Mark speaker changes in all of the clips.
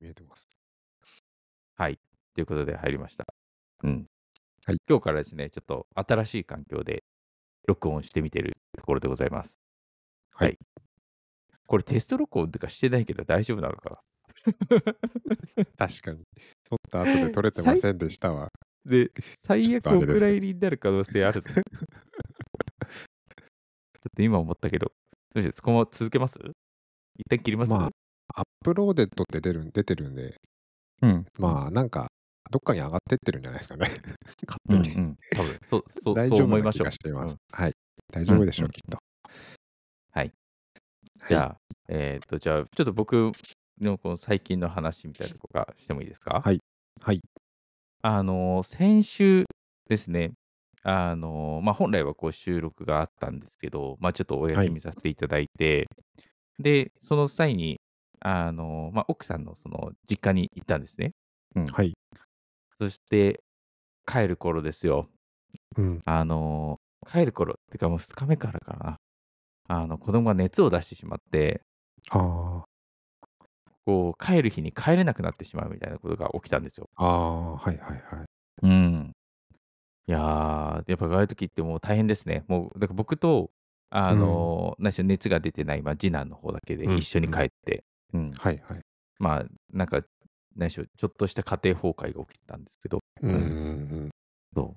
Speaker 1: 見えてます。
Speaker 2: はい。ということで入りました。うん。
Speaker 1: はい。
Speaker 2: 今日からですね、ちょっと新しい環境で録音してみてるところでございます。
Speaker 1: は。
Speaker 2: はいい。これテスト録音とかしてないけど大丈夫なのか
Speaker 1: 確かに。撮った後で撮れてま
Speaker 2: 最
Speaker 1: せんでしたわ。
Speaker 2: で、
Speaker 1: ち
Speaker 2: 最
Speaker 1: ょっ
Speaker 2: 悪
Speaker 1: とあ
Speaker 2: お
Speaker 1: れです
Speaker 2: 蔵
Speaker 1: け
Speaker 2: 入
Speaker 1: ど。
Speaker 2: りになる可能性 あるぞ。ちょっと今思ったけど、どうしてこのまま続けます一旦切ります
Speaker 1: まあ、アップローデッドって出るん出てるんで、
Speaker 2: うん。
Speaker 1: まあ、なんか、どっかに上がってってるんじゃないですかね。 勝
Speaker 2: う
Speaker 1: 手
Speaker 2: んう
Speaker 1: に。
Speaker 2: ん。多分そう、そ う、
Speaker 1: 大
Speaker 2: そう
Speaker 1: 丈夫
Speaker 2: 思い
Speaker 1: な
Speaker 2: ま
Speaker 1: 気
Speaker 2: しょ。
Speaker 1: がしていう
Speaker 2: う
Speaker 1: ます。
Speaker 2: ん。
Speaker 1: はい。大
Speaker 2: う
Speaker 1: 丈夫
Speaker 2: ん
Speaker 1: でし
Speaker 2: う
Speaker 1: ょう、
Speaker 2: ん。
Speaker 1: きっと。
Speaker 2: はい。
Speaker 1: は
Speaker 2: じ
Speaker 1: い。
Speaker 2: ゃあ、えっ、と、じゃあ、ちょっと僕のこの最近の話みたいなとこがしてもいいですか
Speaker 1: はい。はい。
Speaker 2: あのー、先週ですね、あのー、まあ、本来はこう収録があったんですけど、まあ、ちょっとお
Speaker 1: は
Speaker 2: 休
Speaker 1: い。
Speaker 2: みさせていただいて、で、その際に、あのー、まあ、奥さんのその実家に行ったんですね。うん。
Speaker 1: はい。
Speaker 2: そして、帰る頃ですよ。
Speaker 1: うん。
Speaker 2: あのー、帰る頃、てかもう2日目からかな。あの、子供が熱を出してしまって、
Speaker 1: あ
Speaker 2: こう、帰る日に帰れなくなってしまうみたいなことが起きたんですよ。
Speaker 1: あ。ああ。はいはいはい。
Speaker 2: うん。いやー、やっぱああいう時ってもう大変ですね。もう、だから僕と、あ
Speaker 1: うん。
Speaker 2: のー、何しろ熱が出てない、まあ、次男の方だけで
Speaker 1: う
Speaker 2: 一
Speaker 1: ん。
Speaker 2: 緒に
Speaker 1: う
Speaker 2: 帰
Speaker 1: ん。
Speaker 2: って、うん。
Speaker 1: はいはい。
Speaker 2: まあ、なんか、何しろちょっとした家庭崩壊が起きてたんですけど、
Speaker 1: うん。
Speaker 2: うん。
Speaker 1: うん
Speaker 2: そう。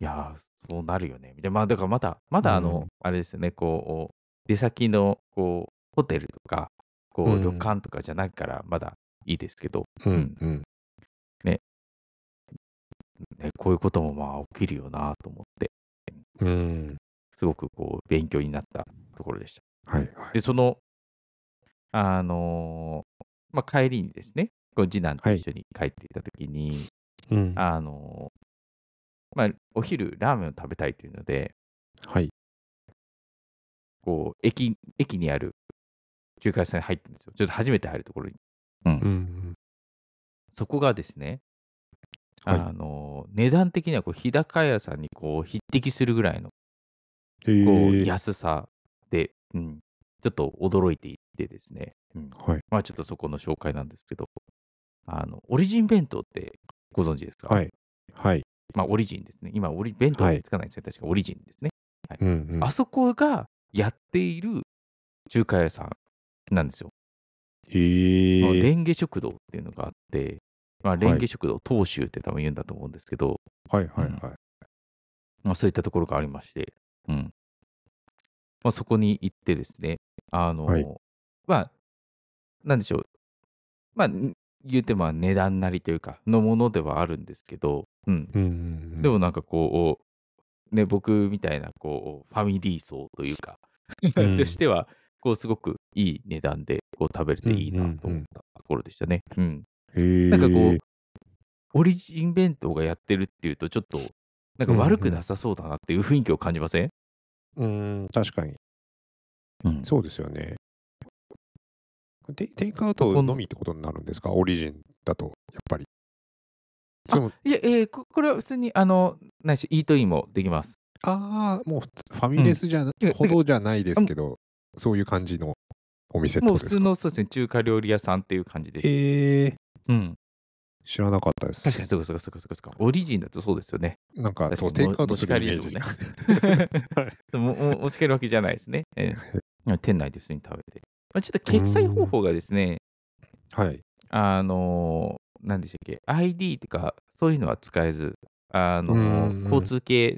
Speaker 2: いやー、そうなるよね。で、まあ、だからまだ、ま
Speaker 1: う
Speaker 2: だあ
Speaker 1: ん。う
Speaker 2: の、
Speaker 1: ん。
Speaker 2: あれですよね、こう、出先の、こう、ホテルとか、
Speaker 1: う
Speaker 2: こう、旅
Speaker 1: ん。
Speaker 2: 館とかじゃないから、まだいいですけど、
Speaker 1: う。
Speaker 2: うんん。
Speaker 1: うん。
Speaker 2: ね、ね、こういうこともまあ起きるよなと思って、
Speaker 1: うん
Speaker 2: すごくこう勉強になったところでした。う
Speaker 1: はい
Speaker 2: ん、
Speaker 1: はい。
Speaker 2: で、その、あのーまあ、帰りにですね、こう次男と
Speaker 1: は
Speaker 2: 一
Speaker 1: い。
Speaker 2: 緒に帰っていたときに、
Speaker 1: うん。
Speaker 2: あのーまあ、お昼ラーメンを食べたいというので、
Speaker 1: はい。
Speaker 2: こう駅駅にある中華屋さんに入ったんですよ。ちょっと初めて入るところに。うん。
Speaker 1: うん。
Speaker 2: そこがですね、
Speaker 1: はい。
Speaker 2: あのー値段的にはこう日高屋さんにこう匹敵するぐらいのこう
Speaker 1: ええ。
Speaker 2: 安さで、うん、ちょっと驚いていてですね、うん、
Speaker 1: はい。
Speaker 2: まあちょっとそこの紹介なんですけど、あのオリジン弁当ってご存知ですか
Speaker 1: はい。はい。
Speaker 2: まあオリジンですね。今オリ、弁当っ
Speaker 1: は
Speaker 2: て
Speaker 1: い。
Speaker 2: つかないですね。確かオリジンですね。はい、
Speaker 1: うんう
Speaker 2: あ
Speaker 1: ん。
Speaker 2: そこがやっている中華屋さんなんですよ。の
Speaker 1: ええ。
Speaker 2: レンゲ食堂っていうのがあって、まあ、レ
Speaker 1: は
Speaker 2: ンゲ
Speaker 1: い。
Speaker 2: 食堂、東州って多分言うんだと思うんですけど、
Speaker 1: はいうはい
Speaker 2: ん
Speaker 1: はい。
Speaker 2: まあ、そういったところがありまして、うんまあ、そこに行ってですね、あ
Speaker 1: はい。
Speaker 2: のまあ、なんでしょう、まあ、ん言うても値段なりというか、のものではあるんですけど、うん。
Speaker 1: うんうんう
Speaker 2: で
Speaker 1: ん。
Speaker 2: もなんかこう、ね、僕みたいな、こう、ファミリー層というか、
Speaker 1: う
Speaker 2: とし
Speaker 1: ん。
Speaker 2: ては、こう、すごくいい値段で、こう、食べれ
Speaker 1: う
Speaker 2: ていいなんと
Speaker 1: うんう
Speaker 2: 思っ
Speaker 1: ん。
Speaker 2: たところでしたね。うん。なんか
Speaker 1: へ
Speaker 2: こ
Speaker 1: え。
Speaker 2: う、オリジン弁当がやってるっていうと、ちょっと、なん
Speaker 1: う
Speaker 2: か
Speaker 1: ん
Speaker 2: 悪
Speaker 1: う。
Speaker 2: くなんさそうだなっていう雰囲気を感じません
Speaker 1: うん、確かに。
Speaker 2: うん。
Speaker 1: そうですよね。テイテイクアウ
Speaker 2: そ
Speaker 1: ト
Speaker 2: こ
Speaker 1: の
Speaker 2: の、
Speaker 1: みってことになるんですかオリジンだと、やっぱり。それ
Speaker 2: あ、
Speaker 1: も、
Speaker 2: いえ、えーここれは普通に、あの、ないし、イートインもできます。
Speaker 1: ああ、もう普通ファ
Speaker 2: う
Speaker 1: ミレ
Speaker 2: ん。
Speaker 1: スじゃな、
Speaker 2: いや
Speaker 1: ほ
Speaker 2: なんか、
Speaker 1: どじゃないで
Speaker 2: あ
Speaker 1: すけど、そういう感じのお店って
Speaker 2: も
Speaker 1: こ
Speaker 2: う普
Speaker 1: とです
Speaker 2: 通
Speaker 1: か
Speaker 2: のそうですね、中華料理屋さんっていう感じです。
Speaker 1: ええー、
Speaker 2: うん。
Speaker 1: 知らなかったで
Speaker 2: 確か
Speaker 1: す。
Speaker 2: に、そうかそうかそうかそうかそうか。オリジンだとそうですよね。
Speaker 1: なんか、
Speaker 2: 確
Speaker 1: そ
Speaker 2: か
Speaker 1: う、
Speaker 2: に
Speaker 1: テイ
Speaker 2: も
Speaker 1: クアウト
Speaker 2: 持
Speaker 1: す
Speaker 2: ち
Speaker 1: る
Speaker 2: 帰
Speaker 1: イ
Speaker 2: りで
Speaker 1: メー
Speaker 2: すもん
Speaker 1: ジ
Speaker 2: ね。
Speaker 1: が。はい。
Speaker 2: もも持ち帰るわけじゃないですね。ええ店内で普通に食べて。まあ、ちょっと
Speaker 1: う
Speaker 2: 決済方
Speaker 1: ん。
Speaker 2: 法がですね、
Speaker 1: はい。
Speaker 2: あのー、何でしたっけ、ID とか、そういうのは使えず、あ
Speaker 1: う
Speaker 2: のー、交
Speaker 1: ん。
Speaker 2: 通系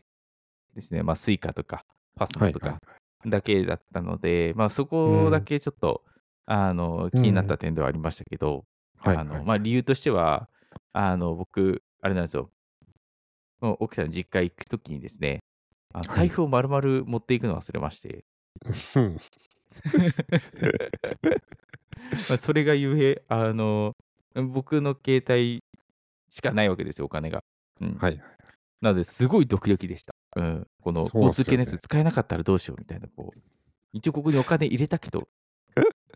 Speaker 2: ですね、まあ、スイカとか、パスモ
Speaker 1: はい
Speaker 2: と
Speaker 1: はい
Speaker 2: かだけだったので、まあ、そうこだ
Speaker 1: ん。
Speaker 2: けちょっと、あのー、
Speaker 1: う
Speaker 2: 気になった
Speaker 1: ん。
Speaker 2: 点ではありましたけど、
Speaker 1: はい
Speaker 2: あ
Speaker 1: は
Speaker 2: の、
Speaker 1: い
Speaker 2: まあ、
Speaker 1: はい。
Speaker 2: 理由としては、あの、僕、あれなんですよ、もう奥さんの実家行くときにですね、あ
Speaker 1: は
Speaker 2: 財
Speaker 1: い。
Speaker 2: 布を丸々持っていくのを忘れまして、
Speaker 1: うん。
Speaker 2: まあそれがゆえ、あの、僕の携帯しかないわけですよ、お金が。うん。
Speaker 1: はいはい。
Speaker 2: なので、すごいドキドキでした。うん。この
Speaker 1: そう
Speaker 2: 交
Speaker 1: っ
Speaker 2: 通
Speaker 1: す
Speaker 2: 系
Speaker 1: よ
Speaker 2: のやつ
Speaker 1: ね。
Speaker 2: 使えなかったらどうしようみたいな、こう、一応ここにお金入れた けど、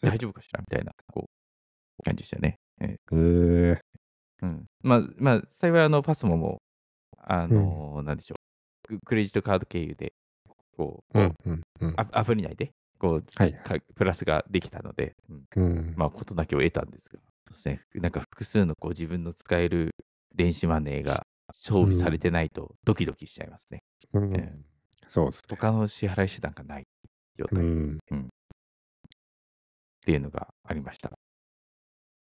Speaker 2: 大丈夫かしらみたいな、こう、感じでしたね。え
Speaker 1: ええ
Speaker 2: うん。まあ、まあ、幸い、あの、パスモも、あ
Speaker 1: うん。
Speaker 2: のなんでしょう、ククレジットカード経由で、こう、
Speaker 1: う
Speaker 2: こ
Speaker 1: ん。
Speaker 2: う
Speaker 1: うん。うん。
Speaker 2: アアプリ内で、こう、
Speaker 1: はいはい。
Speaker 2: かプラスができたので、うん、
Speaker 1: うん。
Speaker 2: まあ、ことなきを得たんですが。そうですね、なんか複数のこう自分の使える電子マネーが装備されてないとドキドキしちゃいますね。
Speaker 1: うん
Speaker 2: え
Speaker 1: そうですね。
Speaker 2: 他の支払い手段がない状
Speaker 1: う
Speaker 2: 態っ
Speaker 1: ん。
Speaker 2: ていうのがありました。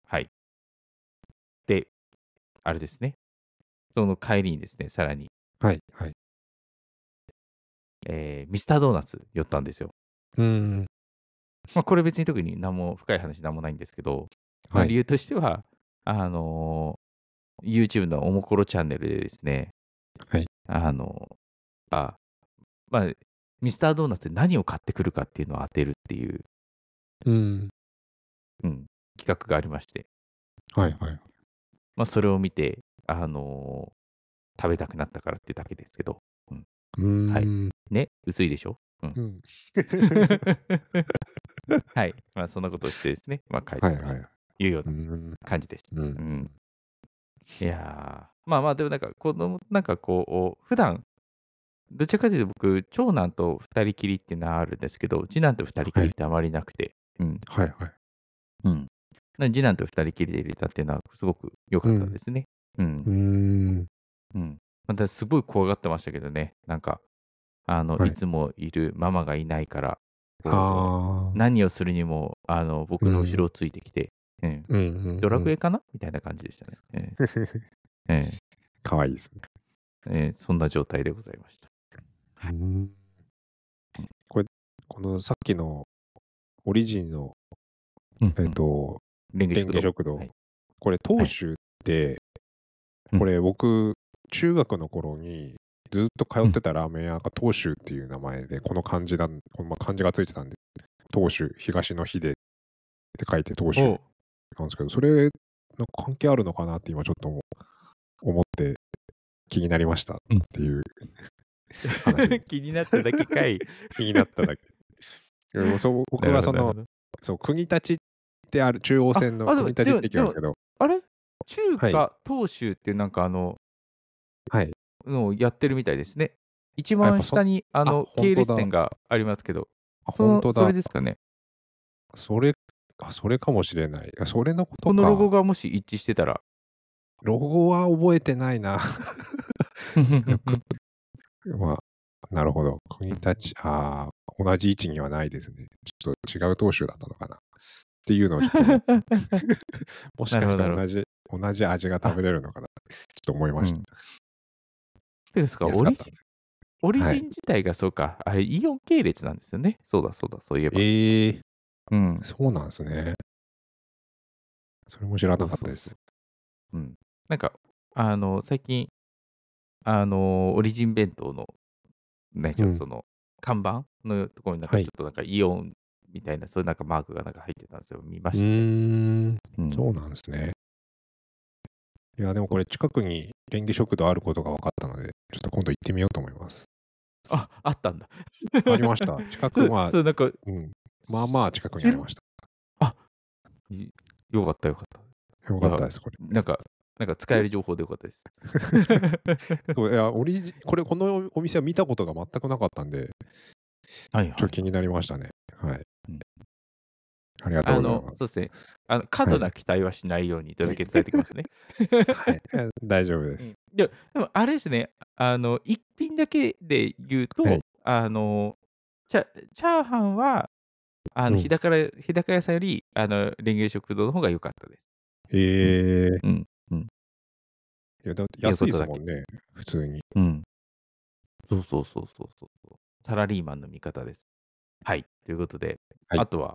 Speaker 2: はい。で、あれですね。その帰りにですね、さらに、
Speaker 1: はい。はい。
Speaker 2: えーミスタードーナツ寄ったんですよ。
Speaker 1: うん。
Speaker 2: まあ、これ別に特に何も深い話何もないんですけど、まあ
Speaker 1: は
Speaker 2: 理
Speaker 1: い。
Speaker 2: 由としては、あのー YouTube のおもころチャンネルでですね、
Speaker 1: はい
Speaker 2: あのーあ、まあ、ミスタードーナツで何を買ってくるかっていうのを当てるっていう、
Speaker 1: うん。
Speaker 2: うん、企画がありまして、
Speaker 1: はい。はい。
Speaker 2: まあ、それを見て、あのー食べたくなったからってだけですけど、
Speaker 1: うん。
Speaker 2: はい
Speaker 1: うん。
Speaker 2: ね、薄いで しょ はい。まあ、そんなことをしてですね、まあ、帰って
Speaker 1: はい。
Speaker 2: きま
Speaker 1: は
Speaker 2: した
Speaker 1: い。
Speaker 2: というよう
Speaker 1: う。
Speaker 2: なん感じでした。
Speaker 1: う。
Speaker 2: うんん、いやーまあまあでもなんか子供なんかこう普段どちらかというと僕長男と二人きりっていうのはあるんですけど次男と二人きりってあまりなくて、うん
Speaker 1: はい。はい。
Speaker 2: うんなので次男と二人きりで入れたっていうのはすごく良かったですねうん
Speaker 1: うん。
Speaker 2: うんまたすごい怖がってましたけどねなんかあの、、
Speaker 1: はいい
Speaker 2: つもいるママがいないからこう
Speaker 1: ああ。
Speaker 2: 何をするにもあの僕の後ろをついてきて、うん
Speaker 1: うんうん。
Speaker 2: ドラクエかなみたいな感じでしたね、ええ ええ
Speaker 1: かわいいですね。
Speaker 2: えーそんな状態でございました。
Speaker 1: うんこれ、このさっきのオリジンの、えっ、と、
Speaker 2: レンゲ
Speaker 1: 電
Speaker 2: 食
Speaker 1: 気
Speaker 2: 堂。
Speaker 1: 食堂
Speaker 2: はい。
Speaker 1: これ、当主って、
Speaker 2: うん
Speaker 1: これ、僕、中学の頃にずっと通ってたラーメン屋が当主っていう名前で、この漢字だ、この漢字がついてたんで、当主、東の日でって書いて当主なん
Speaker 2: お
Speaker 1: ですけど、それ、の関係あるのかなって今ちょっと思思って気になりましたっていう話
Speaker 2: 気になっただけかい。
Speaker 1: 気になっただけ。でもそう僕はそ
Speaker 2: なるほ
Speaker 1: の
Speaker 2: どなるほど
Speaker 1: そう国立ってある中央線の
Speaker 2: ああでも
Speaker 1: 国立って駅なんですけど、
Speaker 2: あれ中華、
Speaker 1: は
Speaker 2: 東州ってなんかあの、
Speaker 1: はい
Speaker 2: のをやってるみたいですね。一
Speaker 1: あやっ
Speaker 2: 番
Speaker 1: ぱそ
Speaker 2: 下にあの
Speaker 1: 本当だ
Speaker 2: 系列店がありますけど、
Speaker 1: あ
Speaker 2: その
Speaker 1: 本当
Speaker 2: そ
Speaker 1: だ
Speaker 2: れ、ですかね。
Speaker 1: それあそれかもしれない。あそれのことか。
Speaker 2: このロゴがもし一致してた ら。
Speaker 1: ロゴは覚えてないな。 まあ、なるほど。国立、ああ、同じ位置にはないですね。ちょっと違う党首だったのかな。っていうのをちょっと思 っもしかした
Speaker 2: なる
Speaker 1: ら
Speaker 2: ほど
Speaker 1: 同じ、同じ味が食べれるのかな。ちょっと思いました。
Speaker 2: てですか、オ
Speaker 1: 安かったん
Speaker 2: リジ
Speaker 1: で
Speaker 2: ン
Speaker 1: すよ
Speaker 2: オリジン
Speaker 1: はい
Speaker 2: 自体がそうか、あれ、イオン系列なんですよね。そうだ、そうだ、そういえば。
Speaker 1: ええ
Speaker 2: うん、
Speaker 1: そうなんですね。それも知らなかったです。
Speaker 2: うん、なんか、あの、最近、あの、オリジン弁当の、ね、ちょっ
Speaker 1: う
Speaker 2: と
Speaker 1: ん
Speaker 2: その、看板のところになんか、
Speaker 1: は
Speaker 2: ち
Speaker 1: い
Speaker 2: ょっとなんか、イオンみたいな、そういうなんかマークがなんか入ってたんですよ。見ま
Speaker 1: う
Speaker 2: したね。
Speaker 1: ーん、
Speaker 2: うん
Speaker 1: そうなんですね。いや、でもこれ近くにレンゲ食堂あることが分かったので、ちょっと今度行ってみようと思います。
Speaker 2: あ、あったんだ。
Speaker 1: ありま した。近
Speaker 2: そう
Speaker 1: くは、
Speaker 2: そう、なんか、
Speaker 1: うん、まあまあ近くにありました。
Speaker 2: よかった、よかった。
Speaker 1: よかったです、これ。
Speaker 2: なんか、なんか使える情報でよかったです。
Speaker 1: そういやオリジこれ、このお店は見たことが全くなかったんで、
Speaker 2: はい
Speaker 1: ちょ
Speaker 2: は
Speaker 1: っと
Speaker 2: い。
Speaker 1: 気になりましたね。はい
Speaker 2: うん。
Speaker 1: ありがと
Speaker 2: あ
Speaker 1: うござい
Speaker 2: の、
Speaker 1: ま
Speaker 2: そうですね。あの、過度な期待はしないように、とだけ伝えてきますね。
Speaker 1: す。はい、大丈夫で
Speaker 2: う
Speaker 1: す
Speaker 2: ん。いやでもあれですねあの一品だけで言うと、
Speaker 1: はい
Speaker 2: あのチャチャーハンはあの
Speaker 1: うん
Speaker 2: 日高ら日高屋さんよりあのレンゲ食堂の方が良かったです。
Speaker 1: えー
Speaker 2: うんうん
Speaker 1: いやだって安いですもんね、普通に。
Speaker 2: うん。そうそうそうそうそうそう。サラリーマンの味方です。はい。ということで、
Speaker 1: はい
Speaker 2: あとは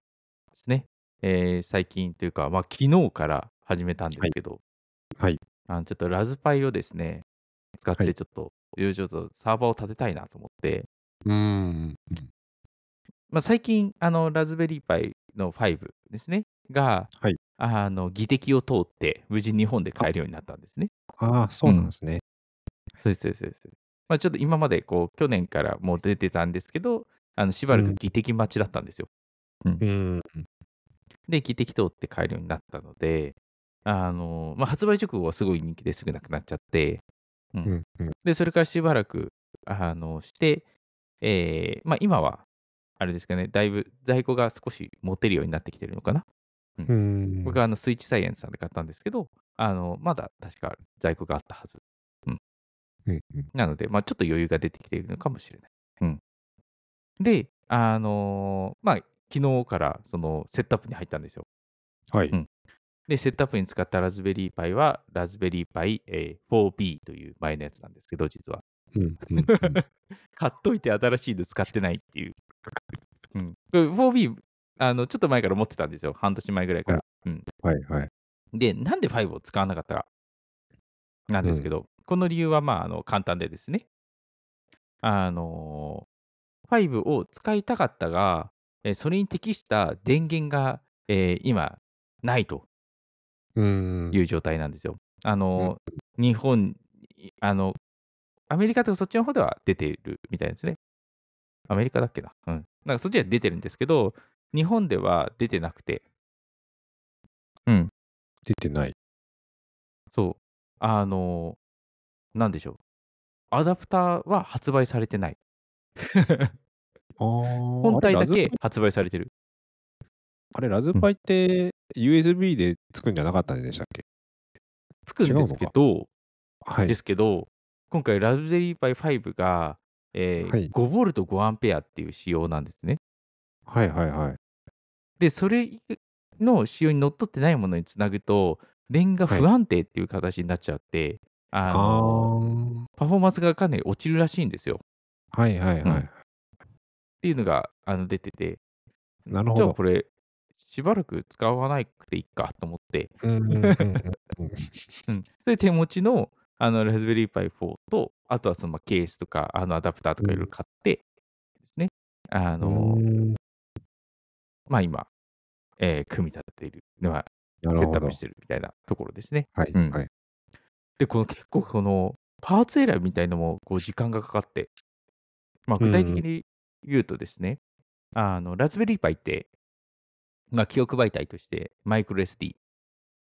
Speaker 2: ですね、えー最近というか、まあ、昨日から始めたんですけど、
Speaker 1: はい
Speaker 2: あのちょっとラズパイをですね、使っ
Speaker 1: は
Speaker 2: て
Speaker 1: い
Speaker 2: ちょっと、いろいろちょっとサーバーを立てたいなと思って、
Speaker 1: うん。
Speaker 2: まあ、最近あの、ラズベリーパイの5ですね、が、
Speaker 1: はい
Speaker 2: あの議的を通って、無事日本で買えるようになったんですね。
Speaker 1: ああ、そうなんですね。
Speaker 2: そうです、そうですそうです。まあ、ちょっと今までこう去年からもう出てたんですけど、あのしばら
Speaker 1: う
Speaker 2: く
Speaker 1: ん
Speaker 2: 議的待ちだったんですよ。
Speaker 1: うん。
Speaker 2: で、議的通って買えるようになったので、あのまあ、発売直後はすごい人気ですぐなくなっちゃって、
Speaker 1: うん。うん。
Speaker 2: で、それからしばらく、あの、して、えーまあ今は、あれですかね、だいぶ在庫が少し持てるようになってきてるのかな。うん
Speaker 1: うん
Speaker 2: 僕はあのスイッチサイエンスさんで買ったんですけど、あのまだ確か在庫があったはず。
Speaker 1: うんうん
Speaker 2: なので、まあ、ちょっと余裕が出てきているのかもしれない。うん、で、あのーまあ、昨日からそのセットアップに入ったんですよ。
Speaker 1: はい。
Speaker 2: うんで、セットアップに使ったラズベリーパイは、ラズベリーパイ、えー 4B という前のやつなんですけど、実は。
Speaker 1: うんうん うん
Speaker 2: 買っといて新しいの使ってないっていう。うん、これ 4B、あのちょっと前から持ってたんですよ。半年前ぐらいから。
Speaker 1: はいはい。
Speaker 2: で、なんで5を使わなかったかなんですけど、この理由はまああの簡単でですね。あのー、5を使いたかったが、えーそれに適した電源が、えー今ないと
Speaker 1: うん
Speaker 2: いう状態なんですよ。あのー、日本、いあの、アメリカとかそっちの方では出ているみたいですね。アメリカだっけな。うん。なんかそっちは出てるんですけど、日本では出てなくて、
Speaker 1: 出てない。
Speaker 2: そう。あの、なんでしょう。アダプターは発売されてない。
Speaker 1: 本
Speaker 2: 本体だけ発売されてる。
Speaker 1: あれ、ラズパイって USB でつくんじゃなかったんでしたっけ
Speaker 2: つくんですけど、
Speaker 1: はい
Speaker 2: で。すけど、今回ラズベリーパイ5が、えー
Speaker 1: はい
Speaker 2: 5V5A っていう仕様なんですね。
Speaker 1: はいはいはい。
Speaker 2: で、それの仕様にのっとってないものにつなぐと、電源が不安定っていう形になっちゃって、あ
Speaker 1: あ
Speaker 2: の
Speaker 1: ー
Speaker 2: パフォーマンスがかなり落ちるらしいんですよ。っ
Speaker 1: はいはいは
Speaker 2: う
Speaker 1: い
Speaker 2: ん。ていうのがあの出てて、
Speaker 1: なるほ
Speaker 2: じゃあ
Speaker 1: ど
Speaker 2: こ。れ、しばらく使わなくていいかと思って、
Speaker 1: うんうんうんうん
Speaker 2: うん、それ手持ちのあのラズベリーパイ4と、あとはそのまあケースとか、あのアダプターとかいろいろ買ってですね、 あの、
Speaker 1: うん
Speaker 2: まあ今、えー組み立てている、では
Speaker 1: な
Speaker 2: セ
Speaker 1: る
Speaker 2: ッ
Speaker 1: ほ
Speaker 2: トアッ
Speaker 1: ど
Speaker 2: プ。してるみたいなところですね。
Speaker 1: はい
Speaker 2: うん
Speaker 1: はい。
Speaker 2: で、この結構このパーツ選びみたいのもこう時間がかかって、まあ具体的に言うとですね、あのラズベリーパイって、まあ記憶媒体としてマイクロ SD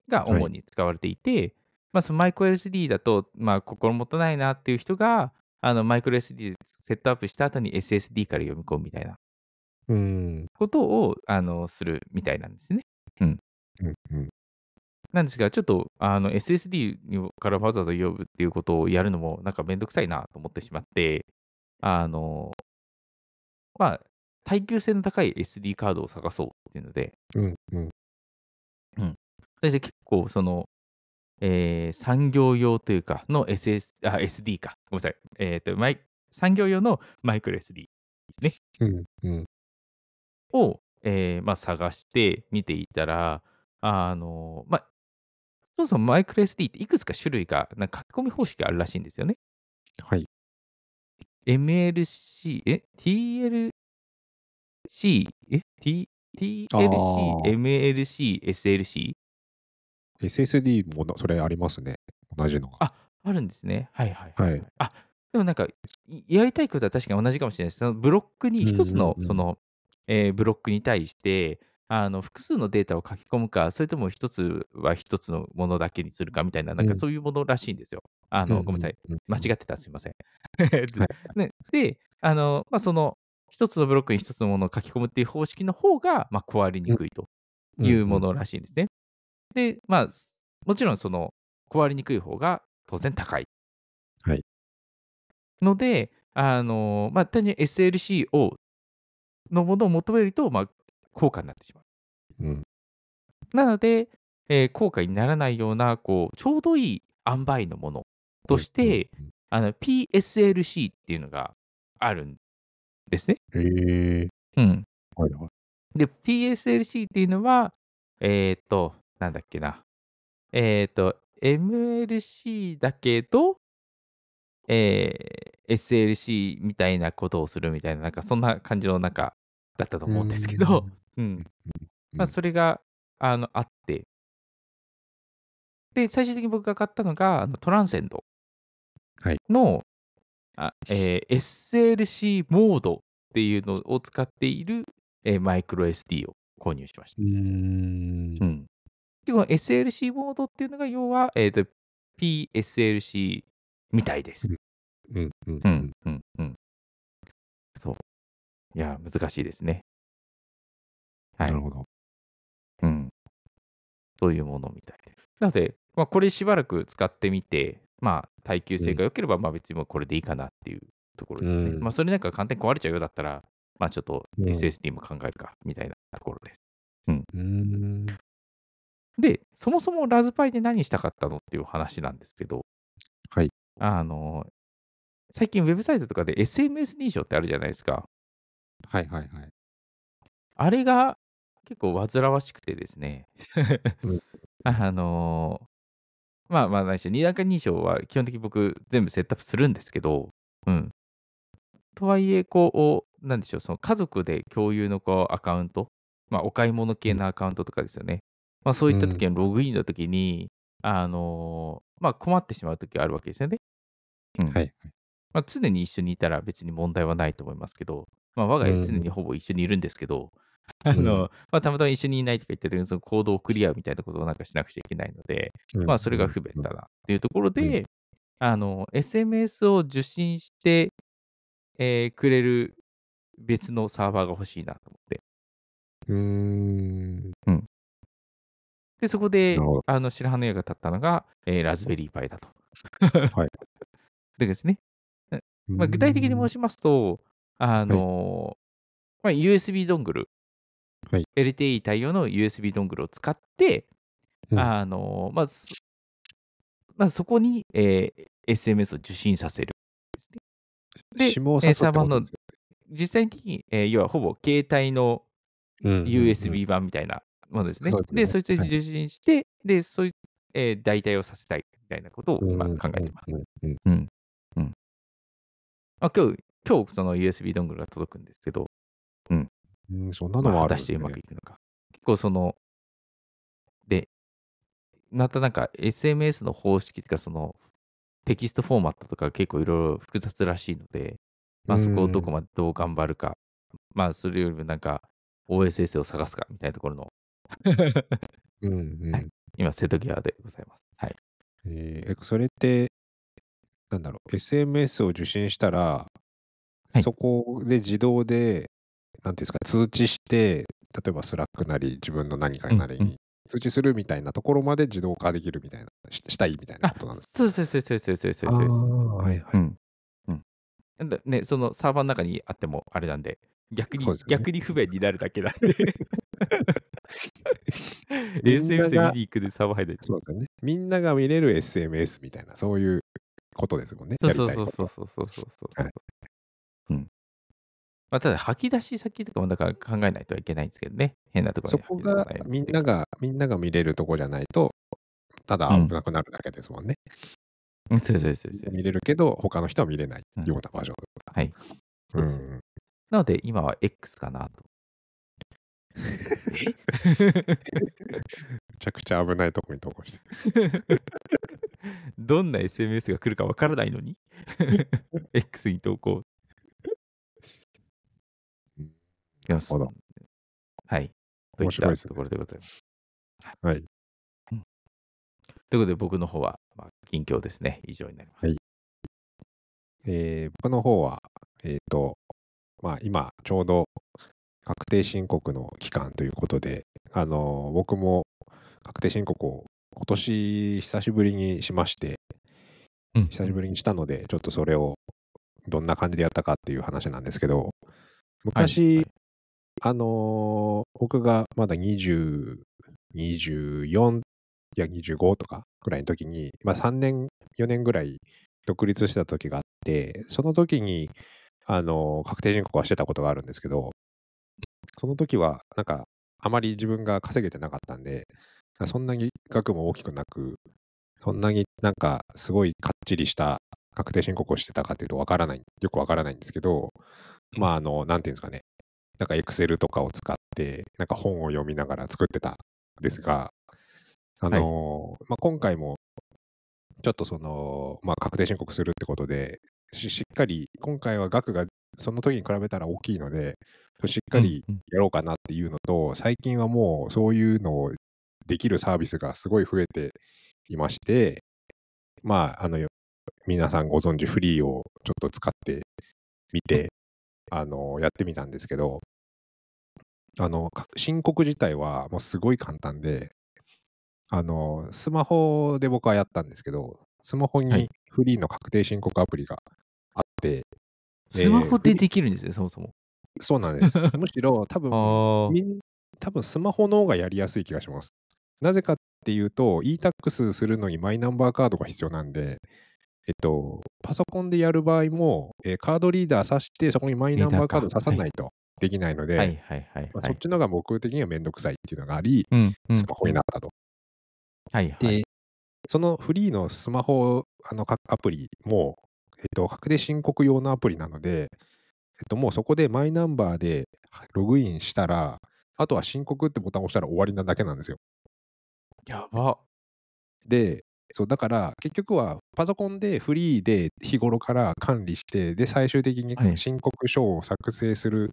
Speaker 2: が主に使われていて、まあ、そのマイクロ SD だと、まあ、心もとないなっていう人が、あのマイクロ SD でセットアップした後に SSD から読み込むみたいな
Speaker 1: うん
Speaker 2: ことをあのするみたいなんですね。
Speaker 1: うんうん
Speaker 2: なんですが、ちょっとあの SSD からわざわざ呼ぶっていうことをやるのもなんかめんどくさいなと思ってしまって、あの、まあ、耐久性の高い SD カードを探そうっていうので、
Speaker 1: うんうん
Speaker 2: そして結構その、えー産業用というかの SS あ SD か、ごめんなさい、えーとマイ、産業用のマイクロ SD
Speaker 1: うんうん
Speaker 2: を、えーまあ、探して見ていたら、あのまあ、そもそもマイクロ SD っていくつか種類が、なんか書き込み方式があるらしいんですよね。
Speaker 1: はい。
Speaker 2: MLC、え ?TLC、え ?T、
Speaker 1: あー
Speaker 2: TLC、MLC、SLC?
Speaker 1: SSD もなそれありますね。同じのが。
Speaker 2: ああるんですね。はいはいはい、
Speaker 1: はい
Speaker 2: あでもなんか、いやりたいことは確かに同じかもしれないです。そのブロックに、
Speaker 1: うんうんうん
Speaker 2: 一つのその、えーブロックに対して、あの複数のデータを書き込むか、それとも一つは一つのものだけにするかみたいな、なんか
Speaker 1: うん
Speaker 2: そういうものらしいんですよ。あ
Speaker 1: あ
Speaker 2: のごめんなさい、。間違ってた、すいません。 ね、で、あのまあ、その一つのブロックに一つのものを書き込むっていう方式の方が、まあ、壊れにくいというものらしいんですね。で、まあ、すもちろんその壊れにくい方が当然高い。
Speaker 1: はい
Speaker 2: ので、あのまあ、単純に SLC をのものを求めると、まあ、高価になってしま
Speaker 1: うん。うん
Speaker 2: う。なので、えー高価にならないようなこうちょうどいい塩梅のものとして、、あの PSLC っていうのがあるんですね。
Speaker 1: うんうんへえ。
Speaker 2: うん、
Speaker 1: はいはい。
Speaker 2: で、PSLC っていうのは、えっ、と、なんだっけな。えっ、と、MLC だけど、えー SLC みたいなことをするみたいな、なんかそんな感じの中だったと思うんですけど、うん。まあ、それが、あの、あって。で、最終的に僕が買ったのが、あのトランセンド
Speaker 1: はい
Speaker 2: の、あえー SLC モードっていうのを使っている、えーマイクロ SD を購入しました。
Speaker 1: うん。うん
Speaker 2: うん、で、この SLC モードっていうのが、要は、えーと PSLC みたいです。
Speaker 1: うんうん
Speaker 2: う
Speaker 1: うんん。、
Speaker 2: うん、うん。そう。いや、難しいですね。は
Speaker 1: ないる。ほど。
Speaker 2: うん。というものみたいです。なので、まあ、これしばらく使ってみて、まあ、耐久性が良ければ、まあ、別にもうこれでいいかなっていうところですね。
Speaker 1: うん
Speaker 2: まあ、それなんか簡単に壊れちゃうようだったら、まあ、ちょっと
Speaker 1: うん
Speaker 2: SSD も考えるか、みたいなところです。
Speaker 1: うん。
Speaker 2: で、そもそもラズパイで何したかったのっていう話なんですけど、
Speaker 1: はい。
Speaker 2: あの、最近ウェブサイトとかで SMS 認証ってあるじゃないですか。
Speaker 1: はいはいはい。
Speaker 2: あれが結構煩わしくてですね
Speaker 1: うん。
Speaker 2: あのーまあまあないし、二段階認証は基本的に僕全部セットアップするんですけど、うん。とはいえ、こう、なんでしょう、その家族で共有のこうアカウント、まあお買い物系のアカウントとかですよね。まあそういった時のログインの時に、あのーまあ困ってしまう時があるわけですよね。うん
Speaker 1: はいはい。
Speaker 2: まあ、常に一緒にいたら別に問題はないと思いますけど、まあ、我が家常にほぼ一緒にいるんですけど、あのまあ、たまたま一緒にいないとか言った時にその行動をクリアみたいなことをなんかしなくちゃいけないので、まあ、それが不便だなっていうところ
Speaker 1: う
Speaker 2: で、あの SMS を受信して、えーくれる別のサーバーが欲しいなと思って。
Speaker 1: うん。
Speaker 2: で、そこで
Speaker 1: なるほど、
Speaker 2: あの、白羽の矢が立ったのが、えーラズベリーパイだと。
Speaker 1: はい。
Speaker 2: でですね、
Speaker 1: うん。
Speaker 2: まあ、具体的に申しますと、あのまあ、USB ドングル、
Speaker 1: はい
Speaker 2: LTE 対応の USB ドングルを使って、
Speaker 1: うん
Speaker 2: あのまあそまあ、そこに、えー SMS を受信させる。で
Speaker 1: 指紋を刺すってことですよ
Speaker 2: 実際に、えー要はほぼ携帯の
Speaker 1: うんうんうん
Speaker 2: USB 版みたいなものですね。
Speaker 1: そうですね
Speaker 2: で、そいつを
Speaker 1: はい
Speaker 2: 受信して、で、そういう、えー代替をさせたいみたいなことを今考えています。
Speaker 1: うんうんうん
Speaker 2: あ今日、今日その USB ドングルが届くんですけど、
Speaker 1: うんうんそんなの
Speaker 2: ま
Speaker 1: も
Speaker 2: あ
Speaker 1: あるん
Speaker 2: 果た
Speaker 1: で
Speaker 2: し
Speaker 1: す
Speaker 2: て
Speaker 1: ね。
Speaker 2: うまくいくのか。結構その、で、またなんか SMS の方式とか、そのテキストフォーマットとか結構いろいろ複雑らしいので、まあそこをどこまでどう頑張るか、まあそれよりもなんか OSS を探すかみたいなところの、
Speaker 1: うんうん
Speaker 2: はい今、瀬戸際でございます。はい。
Speaker 1: えーえそれって、なんだろう、SMS を受信したら、
Speaker 2: はい
Speaker 1: そこで自動で、なんていうんですか、通知して、例えばスラックなり、自分の何かなり
Speaker 2: うんう
Speaker 1: に通知するみたいなところまで自動化できるみたいな、ししたいみたいなことなんです
Speaker 2: そうそうそうそうそうそうそう
Speaker 1: か。
Speaker 2: そうです。
Speaker 1: あーはいは
Speaker 2: う
Speaker 1: い。
Speaker 2: ん。うん。だね、そのサーバーの中にあってもあれなんで、逆に、
Speaker 1: そうですよね
Speaker 2: 逆に不便になるだけなん で。
Speaker 1: みんな
Speaker 2: SMS
Speaker 1: が
Speaker 2: 見に行くでサーバー入れて。
Speaker 1: そうですよね。みんなが見れる SMS みたいな、そういうことですもんね。
Speaker 2: そうそうそう
Speaker 1: やりたいこと
Speaker 2: そう
Speaker 1: は
Speaker 2: そうそうそうそう。
Speaker 1: はい
Speaker 2: うん。まあ、ただ、吐き出し先とかもだから考えないといけないんですけどね。変なところ
Speaker 1: そ
Speaker 2: に
Speaker 1: こ
Speaker 2: 吐き出さ
Speaker 1: が
Speaker 2: ないように
Speaker 1: み
Speaker 2: って
Speaker 1: ん
Speaker 2: いうか
Speaker 1: なが、みんなが見れるとこじゃないと、ただ
Speaker 2: うん
Speaker 1: 危なくなるだけですもんね。
Speaker 2: うんそうそうそうそう。
Speaker 1: 見れるけど、他の人は見れない
Speaker 2: うん
Speaker 1: ような場所。
Speaker 2: はい。
Speaker 1: う。
Speaker 2: そうそうんなので、今は X か なと。
Speaker 1: めちゃくちゃ危ないとこに投稿してる。
Speaker 2: どんな SMS が来るかわからない のに X に投
Speaker 1: うん
Speaker 2: 稿。なる
Speaker 1: ほど。
Speaker 2: はい。とい
Speaker 1: 面
Speaker 2: っ
Speaker 1: 白い
Speaker 2: た
Speaker 1: ですね
Speaker 2: ところでございます。
Speaker 1: はい。
Speaker 2: ということで、僕の方は、まあ、近況ですね。以上になります。
Speaker 1: えー僕の方は、えっ、と、まあ今、ちょうど確定申告の期間ということで、あのー僕も確定申告を今年久しぶりにしまして、
Speaker 2: うん
Speaker 1: 久しぶりにしたので、ちょっとそれをどんな感じでやったかっていう話なんですけど、昔、
Speaker 2: はい
Speaker 1: あのー僕がまだ20、24、いや25とかぐらいの時に、まあ3年、4年ぐらい独立してた時があって、その時に、あのー確定申告はしてたことがあるんですけど、その時は、なんか、あまり自分が稼げてなかったんで、そんなに額も大きくなく、そんなになんかすごいかっちりした確定申告をしてたかっていうとわからない、よくわからないんですけど、まああの、なんていうんですかね、なんか Excel とかを使って、なんか本を読みながら作ってたんですが、あのーまあ、今回もちょっとその、まあ、確定申告するってことで、ししっかり、今回は額がその時に比べたら大きいので、しっかり
Speaker 2: うんうん
Speaker 1: やろうかなっていうのと、最近はもうそういうのをできるサービスがすごい増えていまして、まあ、あの、よ皆さんご存知フリーをちょっと使ってみて、あの、やってみたんですけど、あの、か申告自体はもうすごい簡単で、あの、スマホで僕はやったんですけど、スマホ
Speaker 2: は
Speaker 1: に
Speaker 2: い
Speaker 1: フリーの確定申告アプリがあって、
Speaker 2: スマホでできるんですね、そもそも。
Speaker 1: そうなん です。むしろ多分、
Speaker 2: あ
Speaker 1: みん多分スマホの方がやりやすい気がします。なぜかっていうと、e-tax するのにマイナンバーカードが必要なんで、えっと、パソコンでやる場合も、えーカードリーダー挿して、そこにマイナンバーカード挿さないとできないので、
Speaker 2: あ。はいはいは
Speaker 1: ま
Speaker 2: い
Speaker 1: あ
Speaker 2: は
Speaker 1: そっ
Speaker 2: い。
Speaker 1: ちのが僕的にはめんどくさいっていうのがあり、
Speaker 2: うんうん
Speaker 1: スマホになったと。
Speaker 2: はいは
Speaker 1: で、
Speaker 2: い。
Speaker 1: そのフリーのスマホあのかアプリも、えっと、確定申告用のアプリなので、えっと、もうそこでマイナンバーでログインしたら、あとは申告ってボタンを押したら終わりなだけなんですよ。
Speaker 2: やば。
Speaker 1: で、そうだから結局はパソコンでフリーで日頃から管理して、で、最終的に
Speaker 2: はい
Speaker 1: 申告書を作成する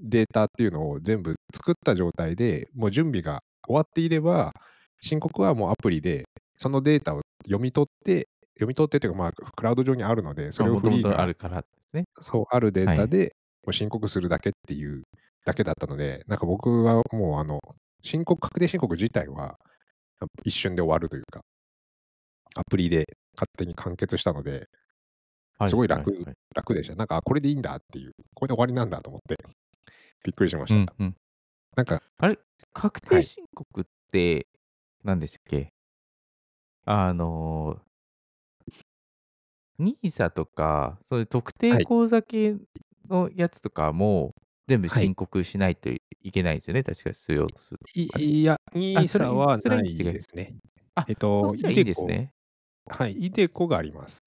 Speaker 1: データっていうのを全部作った状態でもう準備が終わっていれば、申告はもうアプリで、そのデータを読み取って、読み取ってというか、まあ、クラウド上にあるので、それを
Speaker 2: も
Speaker 1: フ
Speaker 2: とも
Speaker 1: リー
Speaker 2: とあ
Speaker 1: が
Speaker 2: るからですね。
Speaker 1: そうあるデー
Speaker 2: は
Speaker 1: タ
Speaker 2: い
Speaker 1: でもう申告するだけっていうだけだったので、なんか僕はもう、あの、申告、確定申告自体は一瞬で終わるというか、アプリで勝手に完結したので、
Speaker 2: は
Speaker 1: すごい楽
Speaker 2: はは
Speaker 1: 楽でした。なんか、あこれでいいんだっていう、これで終わりなんだと思って、びっくりしまし
Speaker 2: う
Speaker 1: た。
Speaker 2: んうん。
Speaker 1: なんか、
Speaker 2: あれ確
Speaker 1: は
Speaker 2: 定
Speaker 1: い
Speaker 2: 申告って何でしたっけあのー、NISA とか、そういう特定
Speaker 1: はい
Speaker 2: 口座系のやつとかも全部
Speaker 1: はい
Speaker 2: 申告しないといけないんですよね。確か必要とすると。あれ
Speaker 1: いいや、
Speaker 2: あそ
Speaker 1: NISA
Speaker 2: れ
Speaker 1: は
Speaker 2: それは
Speaker 1: な
Speaker 2: 違
Speaker 1: い
Speaker 2: い
Speaker 1: ですね。
Speaker 2: あ、
Speaker 1: えっ
Speaker 2: そ
Speaker 1: と、
Speaker 2: うした
Speaker 1: イ
Speaker 2: らい
Speaker 1: デ
Speaker 2: いんです
Speaker 1: コ、
Speaker 2: ね。
Speaker 1: はい、イデコがあります。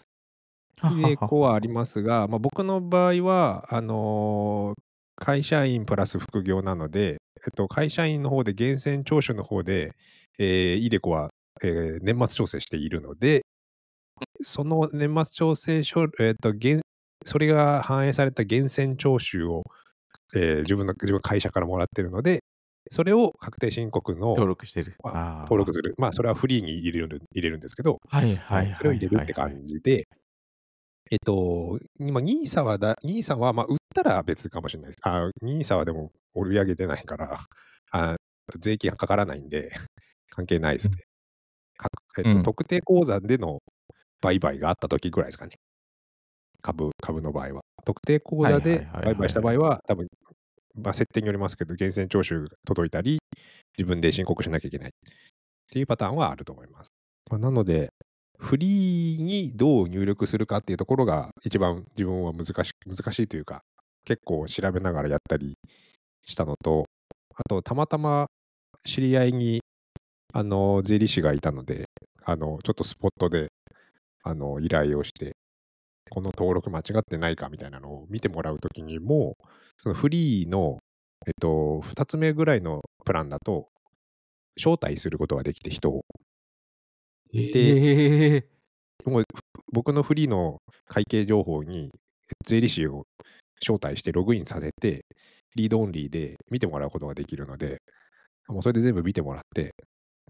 Speaker 2: は
Speaker 1: イ
Speaker 2: は
Speaker 1: デ
Speaker 2: は
Speaker 1: コはあり
Speaker 2: は。
Speaker 1: ますが、まあ、僕の場合は、あのー会社員プラス副業なので、えっと、会社員の方で源泉徴収の方で、えー、イデコは、えー年末調整しているので、その年末調整書、えっと、源それが反映された源泉徴収を、えー自分の自分の会社からもらってるので、それを確定申告の
Speaker 2: 登録してる。
Speaker 1: まあ
Speaker 2: あ
Speaker 1: 登録
Speaker 2: あ。
Speaker 1: する。まあ、それはフリーに入れる入れるんですけど、
Speaker 2: はい
Speaker 1: は、
Speaker 2: はいい
Speaker 1: それを
Speaker 2: はい
Speaker 1: 入れる
Speaker 2: は
Speaker 1: っ
Speaker 2: い
Speaker 1: て
Speaker 2: はい。
Speaker 1: 感じで、えっと、今、NISA はだ、NISA は、まあ、売ったら別かもしれないです。あ、NISA はでも、売り上げ出ないから、あ税金がかからないんで、関係ないですね。かえっ
Speaker 2: う
Speaker 1: と、
Speaker 2: ん。
Speaker 1: 特定口座での売買があった時ぐらいですかね。株、株の場合は。特定口
Speaker 2: はい
Speaker 1: 座
Speaker 2: はい
Speaker 1: で
Speaker 2: は
Speaker 1: 売
Speaker 2: い
Speaker 1: 買
Speaker 2: は
Speaker 1: し
Speaker 2: い
Speaker 1: た場
Speaker 2: は
Speaker 1: 合
Speaker 2: い。
Speaker 1: は、多分、まあ、設定によりますけど、源泉徴収が届いたり、自分で申告しなきゃいけないっていうパターンはあると思います。まあ、なので、フリーにどう入力するかっていうところが一番自分は難し難しいというか、結構調べながらやったりしたのと、あと、たまたま知り合いに、あの、税理士がいたので、あの、ちょっとスポットで、あの、依頼をして、この登録間違ってないかみたいなのを見てもらうときにも、そのフリーの、えっと、2つ目ぐらいのプランだと、招待することができて人を。で、
Speaker 2: ええ
Speaker 1: もう僕のフリーの会計情報に税理士を招待してログインさせて、リードオンリーで見てもらうことができるので、もうそれで全部見てもらって、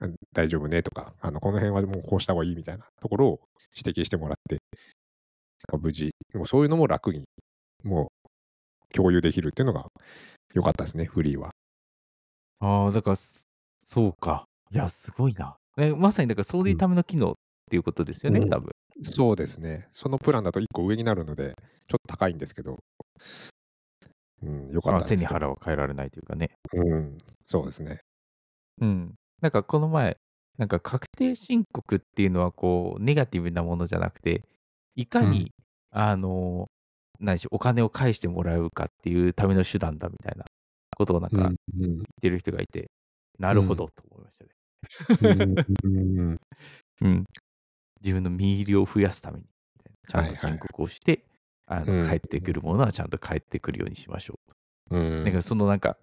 Speaker 1: あ大丈夫ねとか、あのこの辺はもうこうした方がいいみたいなところを指摘してもらって、なんか無事、でもそういうのも楽に、もう共有できるっていうのが良かったですね、フリーは。
Speaker 2: ああ、だからす、そうか。いや、すごいな。ね、まさに、だから、そう
Speaker 1: う
Speaker 2: いうた
Speaker 1: ん、
Speaker 2: めの機能っていうことですよね、
Speaker 1: うん
Speaker 2: 多分。
Speaker 1: そうですね。そのプランだと1個上になるので、ちょっと高いんですけど、うん、良かっ
Speaker 2: まあ、
Speaker 1: たで
Speaker 2: 背に
Speaker 1: すね。
Speaker 2: 腹は変えられないというかね。
Speaker 1: うん、そうですね。
Speaker 2: うん。なんか、この前、なんか、確定申告っていうのは、こう、ネガティブなものじゃなくて、いか
Speaker 1: うん。
Speaker 2: に、あの、何でしょう、お金を返してもらうかっていうための手段だみたいなことを、なん
Speaker 1: う
Speaker 2: か、
Speaker 1: ん。うん。
Speaker 2: 言ってる人がいて、な
Speaker 1: う
Speaker 2: るほ
Speaker 1: ん。
Speaker 2: ど、と思いましたね。
Speaker 1: うん。うん
Speaker 2: うん。自分の身入りを増やすために、ちゃん
Speaker 1: はい
Speaker 2: と
Speaker 1: はい。
Speaker 2: 申告をして、あ
Speaker 1: う
Speaker 2: の
Speaker 1: ん。
Speaker 2: 帰ってくるものはちゃんと帰ってくるようにしましょうと。
Speaker 1: う
Speaker 2: だか
Speaker 1: ん。
Speaker 2: らそのなんか、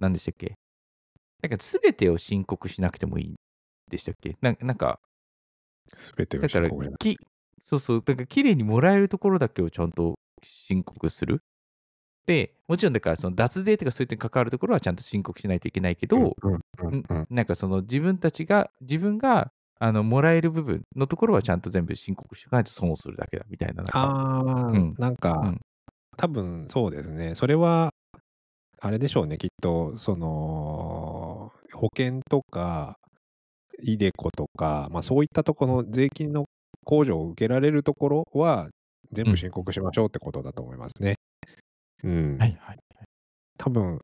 Speaker 2: 何でしたっけなんか全てを申告しなくてもいいんでしたっけなんなんか、
Speaker 1: すべてを
Speaker 2: だか
Speaker 1: 進
Speaker 2: ら
Speaker 1: 行じゃなく
Speaker 2: き、そうそう、だから綺麗にもらえるところだけをちゃんと申告する。で、もちろんだからその脱税とかそういう点に関わるところはちゃんと申告しないといけないけ
Speaker 1: うん。
Speaker 2: ど、
Speaker 1: うん。うん。
Speaker 2: ん
Speaker 1: うん。
Speaker 2: なんかその自分たちが、自分があのもらえる部分のところはちゃんと全部申告しておかないと損をするだけだみたいな、なんか、う
Speaker 1: あ
Speaker 2: ん、
Speaker 1: ー、なん
Speaker 2: う
Speaker 1: か、
Speaker 2: ん、
Speaker 1: 多分そうですね。それは、あれでしょうね、きっと、その、保険とか、イデコとか、まあ、そういったところの税金の控除を受けられるところは、全部申告しましょうってことだと思いますね。うん。
Speaker 2: はいはい。
Speaker 1: 多分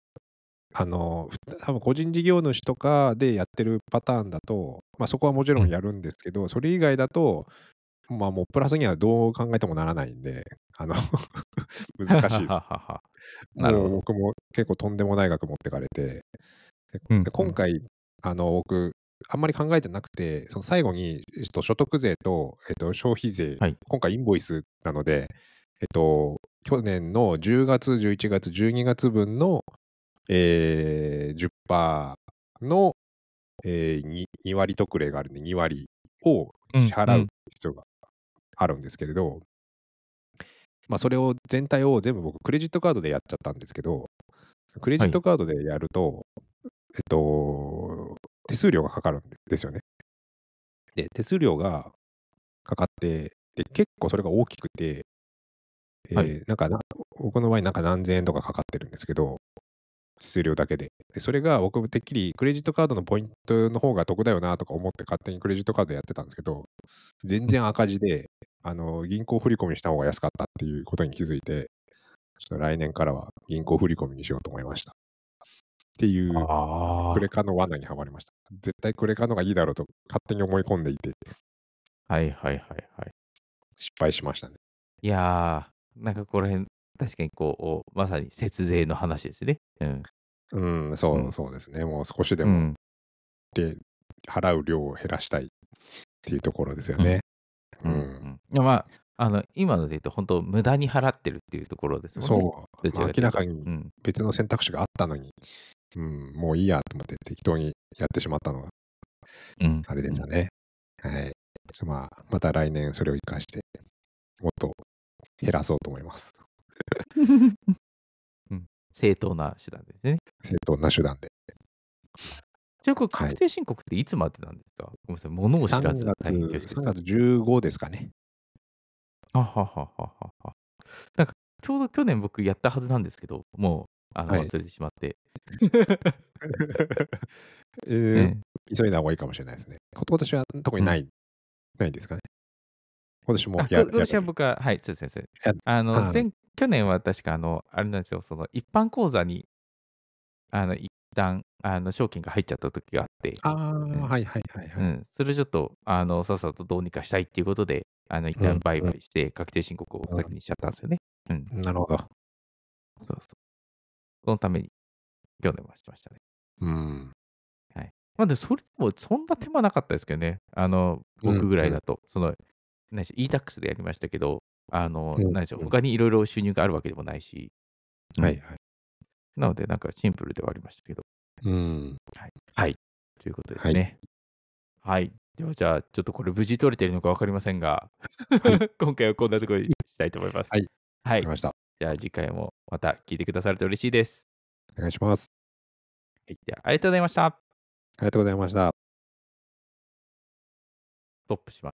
Speaker 1: あのふ多分個人事業主とかでやってるパターンだと、まあ、そこはもちろんやるんですけど、それ以外だと、まあ、もうプラスにはどう考えてもならないんで、あ の 難しいです。
Speaker 2: す。なる
Speaker 1: も
Speaker 2: ほど
Speaker 1: う僕も結構とんでもない額持ってかれて、
Speaker 2: うん
Speaker 1: で今回、あの僕、あんまり考えてなくて、その最後に、えっと、所得税と、えっと、消費税、
Speaker 2: はい
Speaker 1: 今回インボイスなので、えっと、去年の10月、11月、12月分の、えー、10%の、えー、2, 割特例があるんで、2割を支払う必要があるんですけれど、まあ、それを全体を全部僕、クレジットカードでやっちゃったんですけど、クレジットカードでやると、えっと、手数料がかかるんですよね。で、手数料がかかって、で、結構それが大きくて、えー
Speaker 2: はい
Speaker 1: なんかな、僕の場合、なんか何千円とかかかってるんですけど、手数料だけで。で、それが僕、てっきりクレジットカードのポイントの方が得だよなとか思って、勝手にクレジットカードやってたんですけど、全然赤字で、あの、銀行振り込みした方が安かったっていうことに気づいて、ちょっと来年からは銀行振り込みにしようと思いました。っていう
Speaker 2: あ
Speaker 1: クレカの罠にはまりました。絶対クレカのがいいだろうと勝手に思い込んでいて
Speaker 2: あ。はいはいはいはい。
Speaker 1: 失敗しましたね。
Speaker 2: いやー、なんかこの辺、確かにこう、まさに節税の話ですね。うん。
Speaker 1: うん、そう、
Speaker 2: うん
Speaker 1: そうですね。もう少しで
Speaker 2: う
Speaker 1: も
Speaker 2: ん
Speaker 1: で払う量を減らしたいっていうところですよね。う、
Speaker 2: うんんうんいやまあ、あの今ので言うと、本当、無駄に払ってるっていうところですもんね。
Speaker 1: そう、
Speaker 2: どち
Speaker 1: まあ
Speaker 2: らかというと
Speaker 1: 明らかに
Speaker 2: うん。
Speaker 1: 別の選択肢があったのに、うん、もういいやと思って適当にやってしまったのが
Speaker 2: うん。
Speaker 1: あれでしたね。はい。ちょまあ、また来年それを生かして、もっと減らそうと思います。
Speaker 2: うん。うん正当な手段ですね。
Speaker 1: 正当な手段で。
Speaker 2: じゃあ、これ
Speaker 1: はい
Speaker 2: 確定申告っていつまでなんですか、ごめんなさい、物を知
Speaker 1: 3
Speaker 2: らず
Speaker 1: 月、
Speaker 2: 大変恐縮です
Speaker 1: 3月15ですかね。
Speaker 2: あははははは。なんか、ちょうど去年僕やったはずなんですけど、もう、あの、
Speaker 1: はい
Speaker 2: 忘れてしまって。
Speaker 1: えー
Speaker 2: ね
Speaker 1: 急いだ方がいいかもしれないですね。こ今年は特にない、ないですかね。今年も
Speaker 2: あ
Speaker 1: や
Speaker 2: こ今年は
Speaker 1: やる
Speaker 2: 僕は、はい、そうですね。
Speaker 1: や
Speaker 2: あ
Speaker 1: あ
Speaker 2: の
Speaker 1: の
Speaker 2: 前去年は確かあの、あれなんですよ、その一般口座に、あの一旦あの証券が入っちゃった時があって、
Speaker 1: ああ、
Speaker 2: ん
Speaker 1: はいはいはいは
Speaker 2: う
Speaker 1: い。
Speaker 2: ん、それちょっとあのさっさとどうにかしたいっていうことで、あの一
Speaker 1: うん
Speaker 2: 旦売買して、確定申告を先にしちゃったんですよね。うん、
Speaker 1: なるほど。
Speaker 2: そうそう。そのために、去年はしてましたね。
Speaker 1: うん。
Speaker 2: まあ、でもそれでもそんな手間なかったですけどね、あの
Speaker 1: うん
Speaker 2: 僕ぐらいだと、その、何でしょう e-tax でやりましたけど、あの、
Speaker 1: うん
Speaker 2: 何でしょう、
Speaker 1: うん
Speaker 2: 他にいろいろ収入があるわけでもないし、うん
Speaker 1: はいはい。
Speaker 2: なので、なんかシンプルではありましたけど、
Speaker 1: うん。
Speaker 2: ということですね。はい。では、じゃあ、ちょっとこれ、無事取れてるのか分かりませんが、 今回はこんなところにしたいと思います。
Speaker 1: はい。
Speaker 2: は
Speaker 1: わか
Speaker 2: い
Speaker 1: り。ました。
Speaker 2: じゃあ、次回もまた聞いてくださると嬉しいです。
Speaker 1: お願いします。
Speaker 2: はい。じゃあ、ありがとうございました。
Speaker 1: ありがとうございました。
Speaker 2: トップします。